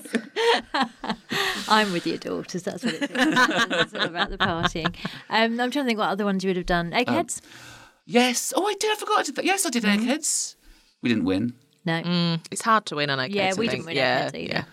Speaker 1: I'm with your daughters. That's what it's all it's all about the partying. Um, I'm trying to think what other ones you would have done.
Speaker 5: Um,
Speaker 1: Eggheads?
Speaker 5: Yes. Oh, I did. I forgot I did that. Yes, I did
Speaker 1: Mm-hmm.
Speaker 5: Eggheads. We didn't win,
Speaker 1: no.
Speaker 5: mm,
Speaker 2: It's hard to win on Eggheads.
Speaker 1: yeah,
Speaker 2: I
Speaker 1: we
Speaker 2: think.
Speaker 1: didn't win
Speaker 2: yeah,
Speaker 1: Eggheads either.
Speaker 2: yeah.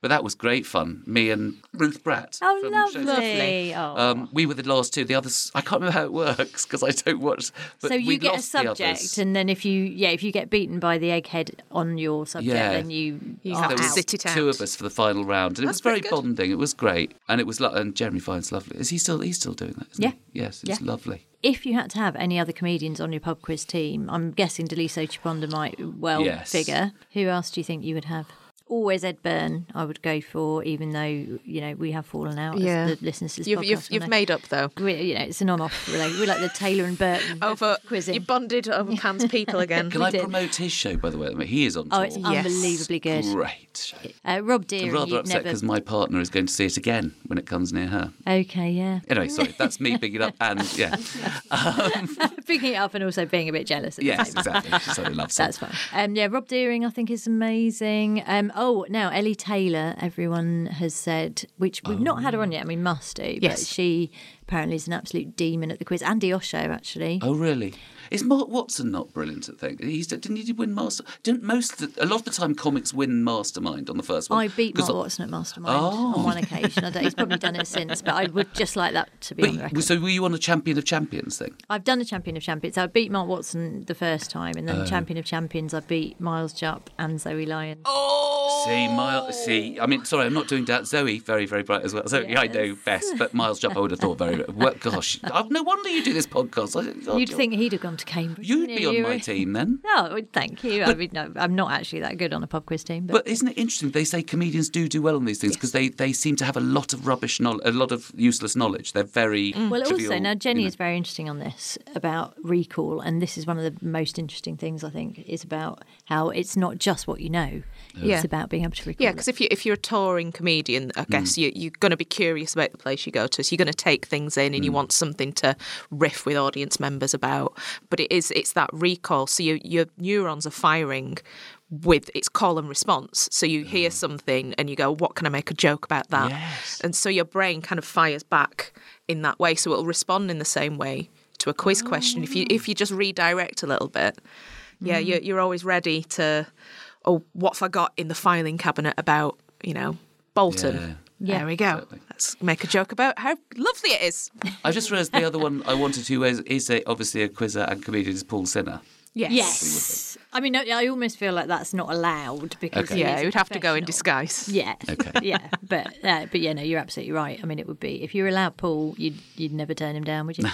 Speaker 5: but that was great fun. Me and Ruth Bratt.
Speaker 1: Oh,
Speaker 5: from
Speaker 1: lovely.
Speaker 5: Shakespeare.
Speaker 1: Oh.
Speaker 5: Um, we were the last two. The others, I can't remember how it works because I don't watch. But
Speaker 1: so
Speaker 5: we
Speaker 1: you get a
Speaker 5: lost the others.
Speaker 1: subject, and then if you yeah if you get beaten by the egghead on your subject,
Speaker 5: Yeah.
Speaker 1: then you
Speaker 2: You
Speaker 1: are
Speaker 2: have
Speaker 5: there
Speaker 2: to
Speaker 1: out.
Speaker 5: was
Speaker 2: sit it
Speaker 5: two
Speaker 2: out.
Speaker 5: of us for the final round, and it
Speaker 2: That's
Speaker 5: was very
Speaker 2: pretty good.
Speaker 5: bonding. It was great, and it was. Lo- and Jeremy Fine's lovely. Is he still? He's still doing that. Isn't
Speaker 1: Yeah.
Speaker 5: He? Yes, it's
Speaker 1: Yeah.
Speaker 5: lovely.
Speaker 1: If you had to have any other comedians on your pub quiz team, I'm guessing Deliso Chiponda might well
Speaker 5: Yes.
Speaker 1: figure. Who else do you think you would have? Always Ed Byrne, I would go for, even though you know we have fallen out
Speaker 2: Yeah.
Speaker 1: as the listeners. to this
Speaker 2: You've
Speaker 1: podcast
Speaker 2: you've,
Speaker 1: will
Speaker 2: you've
Speaker 1: know.
Speaker 2: made up though.
Speaker 1: We, you know, it's an on-off relation. We're like the Taylor and Burton of
Speaker 2: Over
Speaker 1: quizzing.
Speaker 2: you bonded over Pan's people again.
Speaker 5: Can
Speaker 1: We
Speaker 5: I
Speaker 1: did.
Speaker 5: promote his show? By the way, I mean, he is on.
Speaker 1: oh,
Speaker 5: tour.
Speaker 1: it's
Speaker 2: Yes.
Speaker 1: unbelievably good.
Speaker 5: great. Show.
Speaker 1: Uh, Rob
Speaker 5: I'm
Speaker 1: Deering,
Speaker 5: rather
Speaker 1: you've
Speaker 5: upset
Speaker 1: never.
Speaker 5: because my partner is going to see it again when it comes near her.
Speaker 1: Okay, yeah.
Speaker 5: Anyway, sorry, that's me picking it up and yeah,
Speaker 1: Picking it up and also being a bit jealous. at the
Speaker 5: yes,
Speaker 1: same
Speaker 5: exactly. She certainly loves
Speaker 1: That's
Speaker 5: it.
Speaker 1: fine. Um, yeah, Rob Deering, I think, is amazing. Um, oh, now Ellie Taylor, everyone has said, which we've not had her
Speaker 5: Oh.
Speaker 1: on yet, and we must do.
Speaker 2: Yes.
Speaker 1: But she apparently is an absolute demon at the quiz. Andy Osho, actually.
Speaker 5: Oh really? Is Mark Watson not brilliant at things? He's, didn't he win Master? Didn't most of the, a lot of the time comics win Mastermind on the first one?
Speaker 1: I beat
Speaker 5: Oh, 'Cause
Speaker 1: Mark
Speaker 5: I-
Speaker 1: Watson at Mastermind
Speaker 5: Oh.
Speaker 1: on one occasion. I don't, he's probably done it since, but I would just like that to be on the
Speaker 5: But,
Speaker 1: record.
Speaker 5: so were you on a Champion of Champions thing?
Speaker 1: I've done a Champion of Champions. I beat Mark Watson the first time, and then
Speaker 5: Oh.
Speaker 1: Champion of Champions, I beat Miles Jupp and Zoe Lyons.
Speaker 5: Oh, See, Miles. See, I mean, sorry, I'm not doing that. Zoe, very, very bright as well. Zoe, I know best, but Miles Jupp, I would have thought very. Well, gosh, I, no wonder you do this podcast. I, God,
Speaker 1: You'd
Speaker 5: you're-
Speaker 1: think he'd have gone to Cambridge.
Speaker 5: you'd
Speaker 1: wouldn't
Speaker 5: be
Speaker 1: you?
Speaker 5: on
Speaker 1: You
Speaker 5: my
Speaker 1: were-
Speaker 5: team then.
Speaker 1: No, well, thank you. I mean, no, I'm not actually that good on a pub quiz team, but,
Speaker 5: But isn't it interesting? They say comedians do do well on these things because they, they seem to have a lot of rubbish knowledge, a lot of useless knowledge. They're very
Speaker 1: Mm. well,
Speaker 5: trivial,
Speaker 1: also now Jenny
Speaker 5: you know.
Speaker 1: is very interesting on this about recall, and this is one of the most interesting things I think is about how it's not just what you know;
Speaker 2: Yeah.
Speaker 1: it's about being able to recall.
Speaker 2: Yeah, because if you if you're a touring comedian, I guess you you're going to be curious about the place you go to. So you're going to take things in, and you want something to riff with audience members about. But it is it's that recall. So your your neurons are firing with its call and response. So you hear something and you go, "What can I make a joke about that?" And so your brain kind of fires back in that way. So it'll respond in the same way to a quiz question if you if you just redirect a little bit. Yeah,
Speaker 1: Mm.
Speaker 2: you're, you're always ready to, oh, what have I got in the filing cabinet about, you know, Bolton?
Speaker 5: Yeah.
Speaker 1: Yeah.
Speaker 2: There we go. Let's make a joke about how lovely it is.
Speaker 5: I just realised the other one I wanted to is, is a, obviously a quizzer and comedian is Paul Sinner.
Speaker 2: Yes.
Speaker 1: yes, I mean, no, I almost feel like that's not allowed because
Speaker 5: Okay.
Speaker 1: he
Speaker 2: Yeah,
Speaker 1: is
Speaker 2: it would have to go in
Speaker 1: professional.
Speaker 2: disguise.
Speaker 1: Yeah.
Speaker 5: Okay.
Speaker 1: yeah, but uh, but yeah, no, you're absolutely right. I mean, it would be if you were allowed Paul, you'd you'd never turn him down, would you?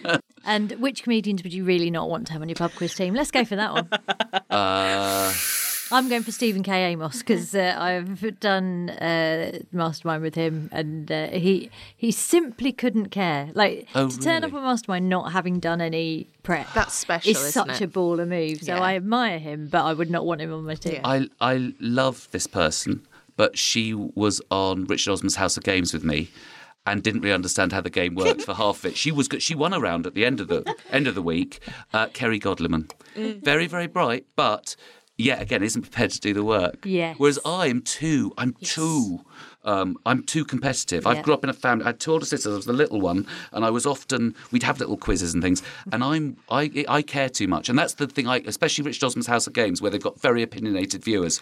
Speaker 1: and which comedians would you really not want to have on your pub quiz team? Let's go for that one.
Speaker 5: Uh,
Speaker 1: I'm going for Stephen K. Amos because uh, I've done uh, Mastermind with him, and uh, he he simply couldn't care. Like
Speaker 5: Oh,
Speaker 1: to turn
Speaker 5: really?
Speaker 1: up on Mastermind not having done any prep.
Speaker 2: That's special,
Speaker 1: is
Speaker 2: isn't
Speaker 1: such
Speaker 2: it?
Speaker 1: a baller move. So
Speaker 2: Yeah.
Speaker 1: I admire him, but I would not want him on my team.
Speaker 5: I I love this person, but she was on Richard Osman's House of Games with me, and didn't really understand how the game worked for half of it. She was good. She won a round at the end of the end of the week. Uh, Kerry Godleman,
Speaker 1: Mm.
Speaker 5: very very bright, but yet again isn't prepared to do the work.
Speaker 1: Yes.
Speaker 5: Whereas I'm too. I'm too. Um, I'm too competitive. I
Speaker 1: Yeah.
Speaker 5: grew up in a family. I had two older sisters. I was the little one, and I was often we'd have little quizzes and things.
Speaker 1: Mm-hmm.
Speaker 5: And I'm I I care too much, and that's the thing. I especially Rich Dosman's House of Games, where they've got very opinionated viewers.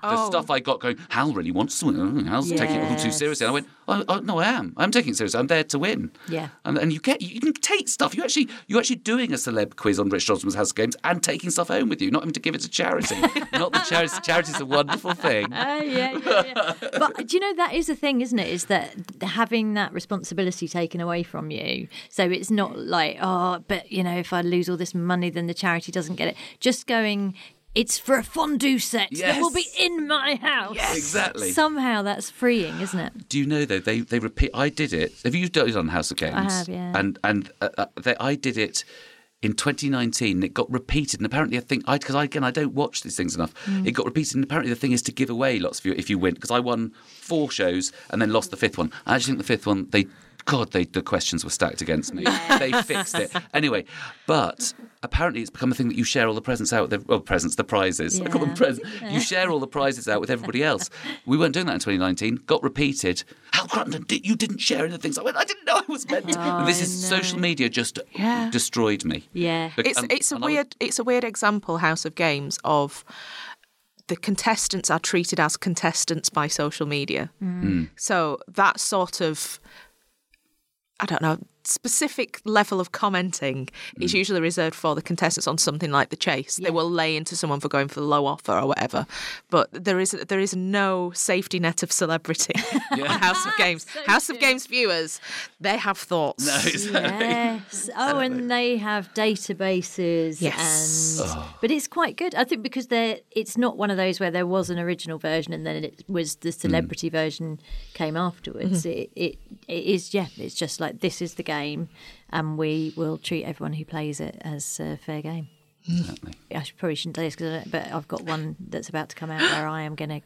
Speaker 5: The
Speaker 1: Oh.
Speaker 5: stuff I got going. Hal really wants to win. Hal's taking it all too
Speaker 1: Yes.
Speaker 5: seriously. And I went, oh, oh, no, I am. I'm taking it seriously. I'm there to win.
Speaker 1: Yeah.
Speaker 5: And, and you get you can take stuff. You actually you're actually doing a celeb quiz on Rich Dosman's House of Games and taking stuff home with you, not having to give it to charity. not the charity. Charity's a wonderful thing.
Speaker 1: Oh, yeah, yeah, yeah. but do you know that is the thing, isn't it? Is that having that responsibility taken away from you? So it's not like oh, but you know, if I lose all this money, then the charity doesn't get it. Just going. It's for a fondue set that will be
Speaker 5: Yes.
Speaker 1: in my house.
Speaker 5: Yes. Exactly.
Speaker 1: Somehow that's freeing, isn't it?
Speaker 5: Do you know though they they repeat? I did it. Have you done it on House of Games?
Speaker 1: have, yeah.
Speaker 5: And and uh, uh, they, I did it. In 2019, it got repeated, and apparently, I think I because I, again I don't watch these things enough.
Speaker 1: Mm.
Speaker 5: It got repeated, and apparently, the thing is to give away lots of you if you win. Because I won four shows and then lost the fifth one. I actually think the fifth one they. God, they, the questions were stacked against me. They fixed it anyway. But apparently, it's become a thing that you share all the presents out. The, well, presents, the prizes. I call them
Speaker 1: Yeah.
Speaker 5: presents. You share all the prizes out with everybody else. We weren't doing that in 2019. Got repeated. Hal Cruttendon, did, you didn't share any of the things. I went. I didn't know I was meant
Speaker 1: Oh.
Speaker 5: to. And this is social media just destroyed me.
Speaker 1: Yeah.
Speaker 2: It's
Speaker 5: And-
Speaker 2: it's a
Speaker 5: um, and I was-
Speaker 2: weird it's a weird example House of Games of the contestants are treated as contestants by social media.
Speaker 5: Mm.
Speaker 2: So that sort of I don't know specific level of commenting
Speaker 5: Mm.
Speaker 2: is usually reserved for the contestants on something like the chase. They will lay into someone for going for the low offer or whatever. But there is there is no safety net of celebrity on House of Games. House of Games viewers, they have thoughts.
Speaker 5: No, it's-
Speaker 1: Yes. Oh, and they have databases.
Speaker 2: Yes.
Speaker 1: And, But it's quite good, I think, because they're, it's not one of those where there was an original version and then it was the celebrity version came afterwards. It, it it is yeah. It's just like this is the game, and we will treat everyone who plays it as uh, fair game. I should, probably shouldn't say this, 'cause I don't- but I've got one that's about to come out where I am going to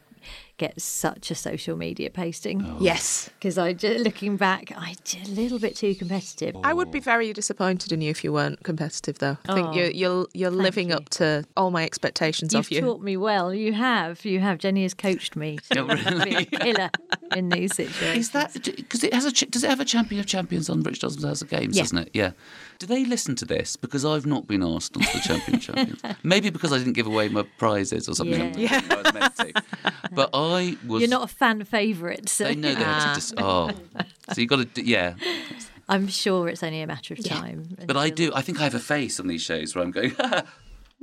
Speaker 1: get such a social media pasting
Speaker 2: Oh. Yes.
Speaker 1: because I just looking back, I j- a little bit too competitive.
Speaker 2: I would be very disappointed in you if you weren't competitive, though. I
Speaker 1: Oh,
Speaker 2: think you're you're, you're living
Speaker 1: you.
Speaker 2: up to all my expectations
Speaker 1: You've
Speaker 2: of you.
Speaker 1: taught me well. You have. You have. Jenny has coached me to be a killer in these situations.
Speaker 5: Is that because it has a ch- does it have a champion of champions on Rich Dawson's House of Games,
Speaker 1: Yeah.
Speaker 5: doesn't it? Yeah. Do they listen to this? Because I've not been asked onto the champion of champions. Maybe because I didn't give away my prizes or something.
Speaker 1: Yeah.
Speaker 5: I was meant to. But I was.
Speaker 1: You're not a fan favourite, so
Speaker 5: They know they had to just. Oh, so you got to. do- Yeah,
Speaker 1: I'm sure it's only a matter of time.
Speaker 5: but I do. I think I have a face on these shows where I'm going.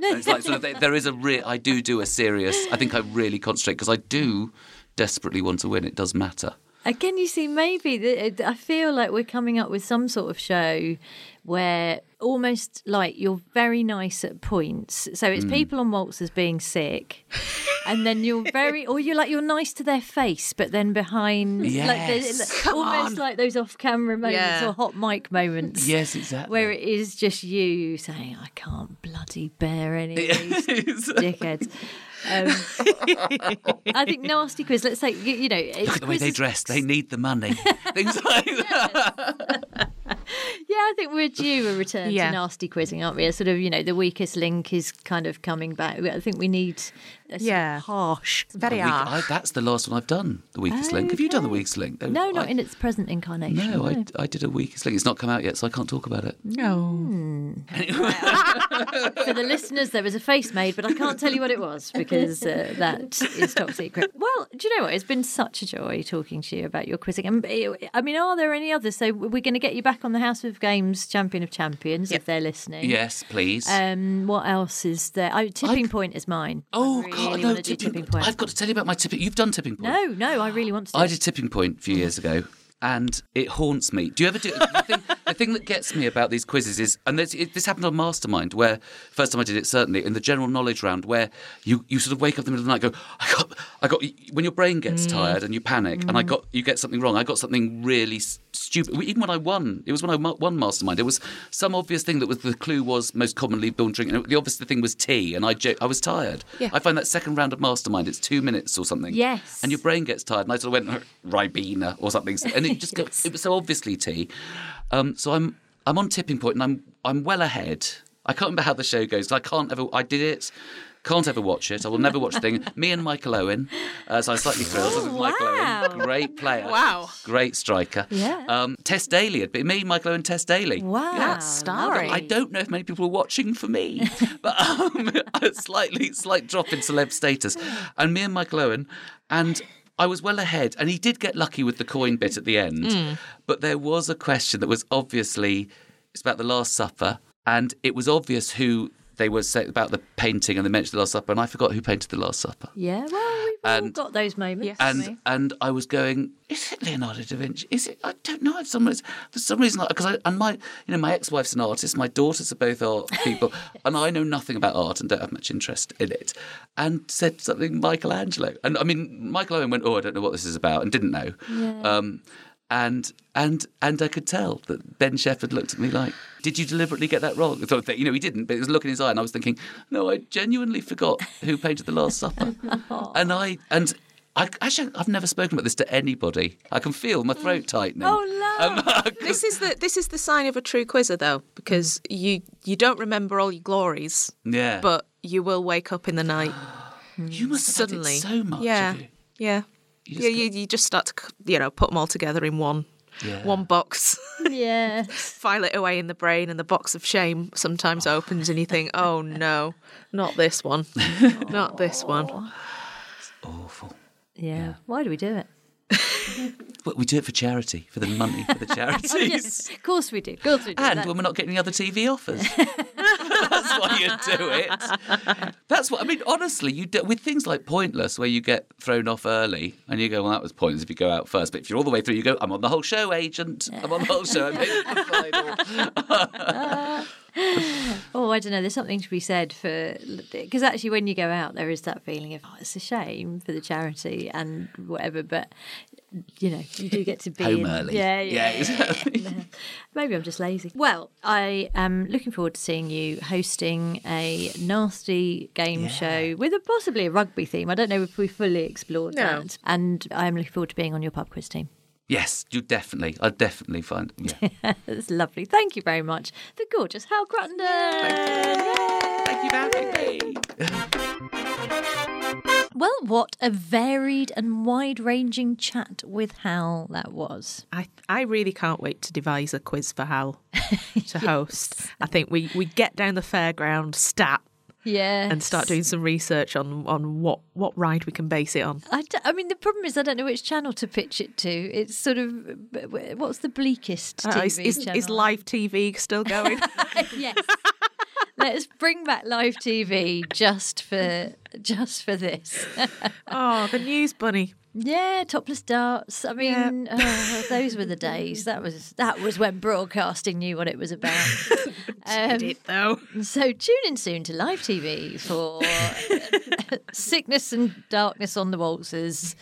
Speaker 5: And it's like sort of there- there is a real. I do do a serious. I think I really concentrate because I do desperately want to win. It does matter.
Speaker 1: Again, you see, maybe the, I feel like we're coming up with some sort of show where almost like you're very nice at points. So
Speaker 5: Hmm.
Speaker 1: it's people on waltzers being sick, and then you're very, or you're like you're nice to their face, but then behind, like there's-
Speaker 5: Yes.
Speaker 1: almost like those off-camera moments
Speaker 2: Yeah.
Speaker 1: or hot mic moments.
Speaker 5: Yes, exactly.
Speaker 1: Where it is just you saying, I can't bloody bear any of these dickheads. Um, I think nasty quiz. Let's say you, you know, it's
Speaker 5: Look at the way they
Speaker 1: quizzes-
Speaker 5: dress. They need the money. Things like that.
Speaker 1: Yeah, I think we're due a return
Speaker 2: Yeah.
Speaker 1: to nasty quizzing, aren't we? A sort of, you know, the weakest link is kind of coming back. I think we need a sort of
Speaker 2: Yeah.
Speaker 1: harsh.
Speaker 2: Very
Speaker 5: Weak-
Speaker 2: are.
Speaker 5: I, that's the last one I've done. The weakest link. Have you done the weakest link?
Speaker 1: Oh. No, not
Speaker 5: I-
Speaker 1: in its present incarnation.
Speaker 5: No, I, I did a weakest link. It's not come out yet, so I can't talk about it.
Speaker 2: No.
Speaker 1: For the listeners, there was a face made, but I can't tell you what it was because uh, that is top secret. Well, do you know what? It's been such a joy talking to you about your quizzing. And uh, I mean, are there any others? So we're going to get you back on the House of Games Champion of Champions if they're listening.
Speaker 5: Yes, please.
Speaker 1: Um, what else is there? Oh, tipping point is mine. I
Speaker 5: oh
Speaker 1: really
Speaker 5: God, no
Speaker 1: wanna do
Speaker 5: tipping, point. I've got to tell you about my tipping. You've done tipping point.
Speaker 1: No, no, I really want to. Do
Speaker 5: I
Speaker 1: it.
Speaker 5: did tipping point a few years ago. And it haunts me. Do you ever do the thing? The thing that gets me about these quizzes is, and this, it, this happened on Mastermind, where first time I did it, certainly in the general knowledge round, where you, you sort of wake up in the middle of the night, and go, I got, I got. When your brain gets tired and you panic, and I got, you get something wrong. I got something really s- stupid. Even when I won, it was when I mo- won Mastermind. It was some obvious thing that was the clue was most commonly born drinking. The obvious thing was tea, and I, jo- I was tired. I find that second round of Mastermind, it's two minutes or something.
Speaker 1: Yes.
Speaker 5: and your brain gets tired, and I sort of went Ribena or something, and it just goes, it was so obviously tea. Um, so I'm I'm on tipping point, and I'm I'm well ahead. I can't remember how the show goes. 'cause I can't ever. I did it. Can't ever watch it. I will never watch the thing. Me and Michael Owen. Uh, so I'm slightly thrilled. I think Michael
Speaker 1: Oh, wow.
Speaker 5: Owen, great player.
Speaker 2: Wow.
Speaker 5: Great striker.
Speaker 1: Yeah.
Speaker 5: Um, Tess Daly. It'd be me, Michael Owen, Tess Daly.
Speaker 1: Wow.
Speaker 2: That's starring.
Speaker 5: I don't know if many people were watching for me, but um, a slightly slight drop in celeb status. And me and Michael Owen, and I was well ahead, and he did get lucky with the coin bit at the end. But there was a question that was obviously it's about the Last Supper, and it was obvious who they were saying about the painting, and they mentioned the Last Supper, and I forgot who painted the Last Supper.
Speaker 1: Yeah, well, we've all
Speaker 5: And-
Speaker 1: got those moments.
Speaker 2: Yes.
Speaker 1: haven't
Speaker 5: And and I was going, is it Leonardo da Vinci? Is it? I don't know. For some reason, for some reason, because I and my you know my ex wife's an artist, my daughters are both art people, and I know nothing about art and don't have much interest in it. And said something Michelangelo, and I mean Michael Owen went, oh, I don't know what this is about, and didn't know. Um, and and and I could tell that Ben Shepherd looked at me like, "Did you deliberately get that wrong?" Sort of thing. You know, he didn't, but it was a look in his eye, and I was thinking, "No, I genuinely forgot who painted the Last Supper." and I and I actually I've never spoken about this to anybody. I can feel my throat tightening.
Speaker 1: Oh, love.
Speaker 2: This is the this is the sign of a true quizzer though, because you you don't remember all your glories,
Speaker 5: yeah,
Speaker 2: but you will wake up in the night
Speaker 5: you must have had it
Speaker 2: suddenly.
Speaker 5: so much.
Speaker 2: yeah,
Speaker 5: have you?
Speaker 2: yeah.
Speaker 5: You just
Speaker 2: yeah, you, you just start to c- you know put them all together in one
Speaker 5: Yeah.
Speaker 2: one box,
Speaker 1: Yeah.
Speaker 2: file it away in the brain, and the box of shame sometimes opens, and you think, oh no, not this one, not this one.
Speaker 5: Awful.
Speaker 1: Yeah. Why do we do it?
Speaker 5: But we do it for charity, for the money, for the charities.
Speaker 1: Oh, yes. Of course we do. Of course we do.
Speaker 5: And
Speaker 1: That-
Speaker 5: when we're not getting the other TV offers. That's why you do it. That's what I mean. Honestly, you do, with things like Pointless, where you get thrown off early, and you go, "Well, that was pointless." If you go out first, but if you're all the way through, you go, "I'm on the whole show, agent. I'm on the whole show." I made the final."
Speaker 1: Oh, I don't know. There's something to be said for because actually, when you go out, there is that feeling of oh, it's a shame for the charity and whatever, but you know, you do get to be
Speaker 5: Home
Speaker 1: in-
Speaker 5: early.
Speaker 1: Yeah,
Speaker 5: Yeah,
Speaker 1: yeah. yeah. Maybe I'm just lazy. Well, I am looking forward to seeing you hosting a nasty game show with a possibly a rugby theme. I don't know if we fully explored
Speaker 2: No.
Speaker 1: that, and I am looking forward to being on your pub quiz team.
Speaker 5: yes, you definitely. I definitely find. Yeah.
Speaker 1: That's lovely. Thank you very much. The gorgeous Hal Crutton.
Speaker 5: Thank you for having me.
Speaker 1: Well, what a varied and wide ranging chat with Hal that was.
Speaker 2: I I really can't wait to devise a quiz for Hal to host. I think we we get down the fairground stat
Speaker 1: Yeah.
Speaker 2: and start doing some research on on what what ride we can base it on.
Speaker 1: I, d- I mean, the problem is I don't know which channel to pitch it to. It's sort of what's the bleakest
Speaker 2: I
Speaker 1: TV
Speaker 2: don't know, Uh, is, is,
Speaker 1: channel?
Speaker 2: is live TV still going?
Speaker 1: yes. Let's bring back live TV just for just for this.
Speaker 2: oh, the news bunny.
Speaker 1: Yeah, topless darts. I mean, oh, those were the days. That was that was when broadcasting knew what it was about. Um,
Speaker 2: Did though.
Speaker 1: So tune in soon to live TV for uh, sickness and darkness on the waltzers,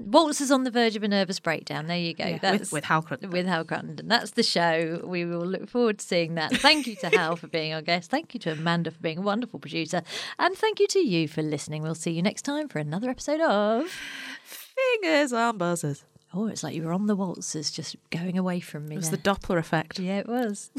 Speaker 1: waltzers on the verge of a nervous breakdown. There you go.
Speaker 2: Yeah, with, with Hal Cruttendon.
Speaker 1: with Hal Cruttendon. That's the show. We will look forward to seeing that. Thank you to Hal for being our guest. Thank you to Amanda for being a wonderful producer, and thank you to you for listening. We'll see you next time for another episode of.
Speaker 2: Fingers on buzzers.
Speaker 1: Oh, it's like you were on the waltzers, just going away from me.
Speaker 2: It was the
Speaker 1: there.
Speaker 2: Doppler effect.
Speaker 1: yeah, it was.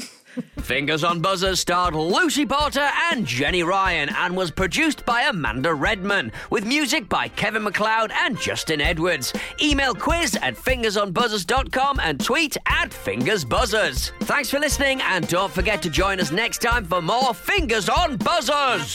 Speaker 7: Fingers on Buzzers starred Lucy Porter and Jenny Ryan and was produced by Amanda Redman with music by Kevin McLeod and Justin Edwards. Email quiz at fingersonbuzzers.com and tweet at fingersbuzzers. Thanks for listening and don't forget to join us next time for more Fingers on Buzzers.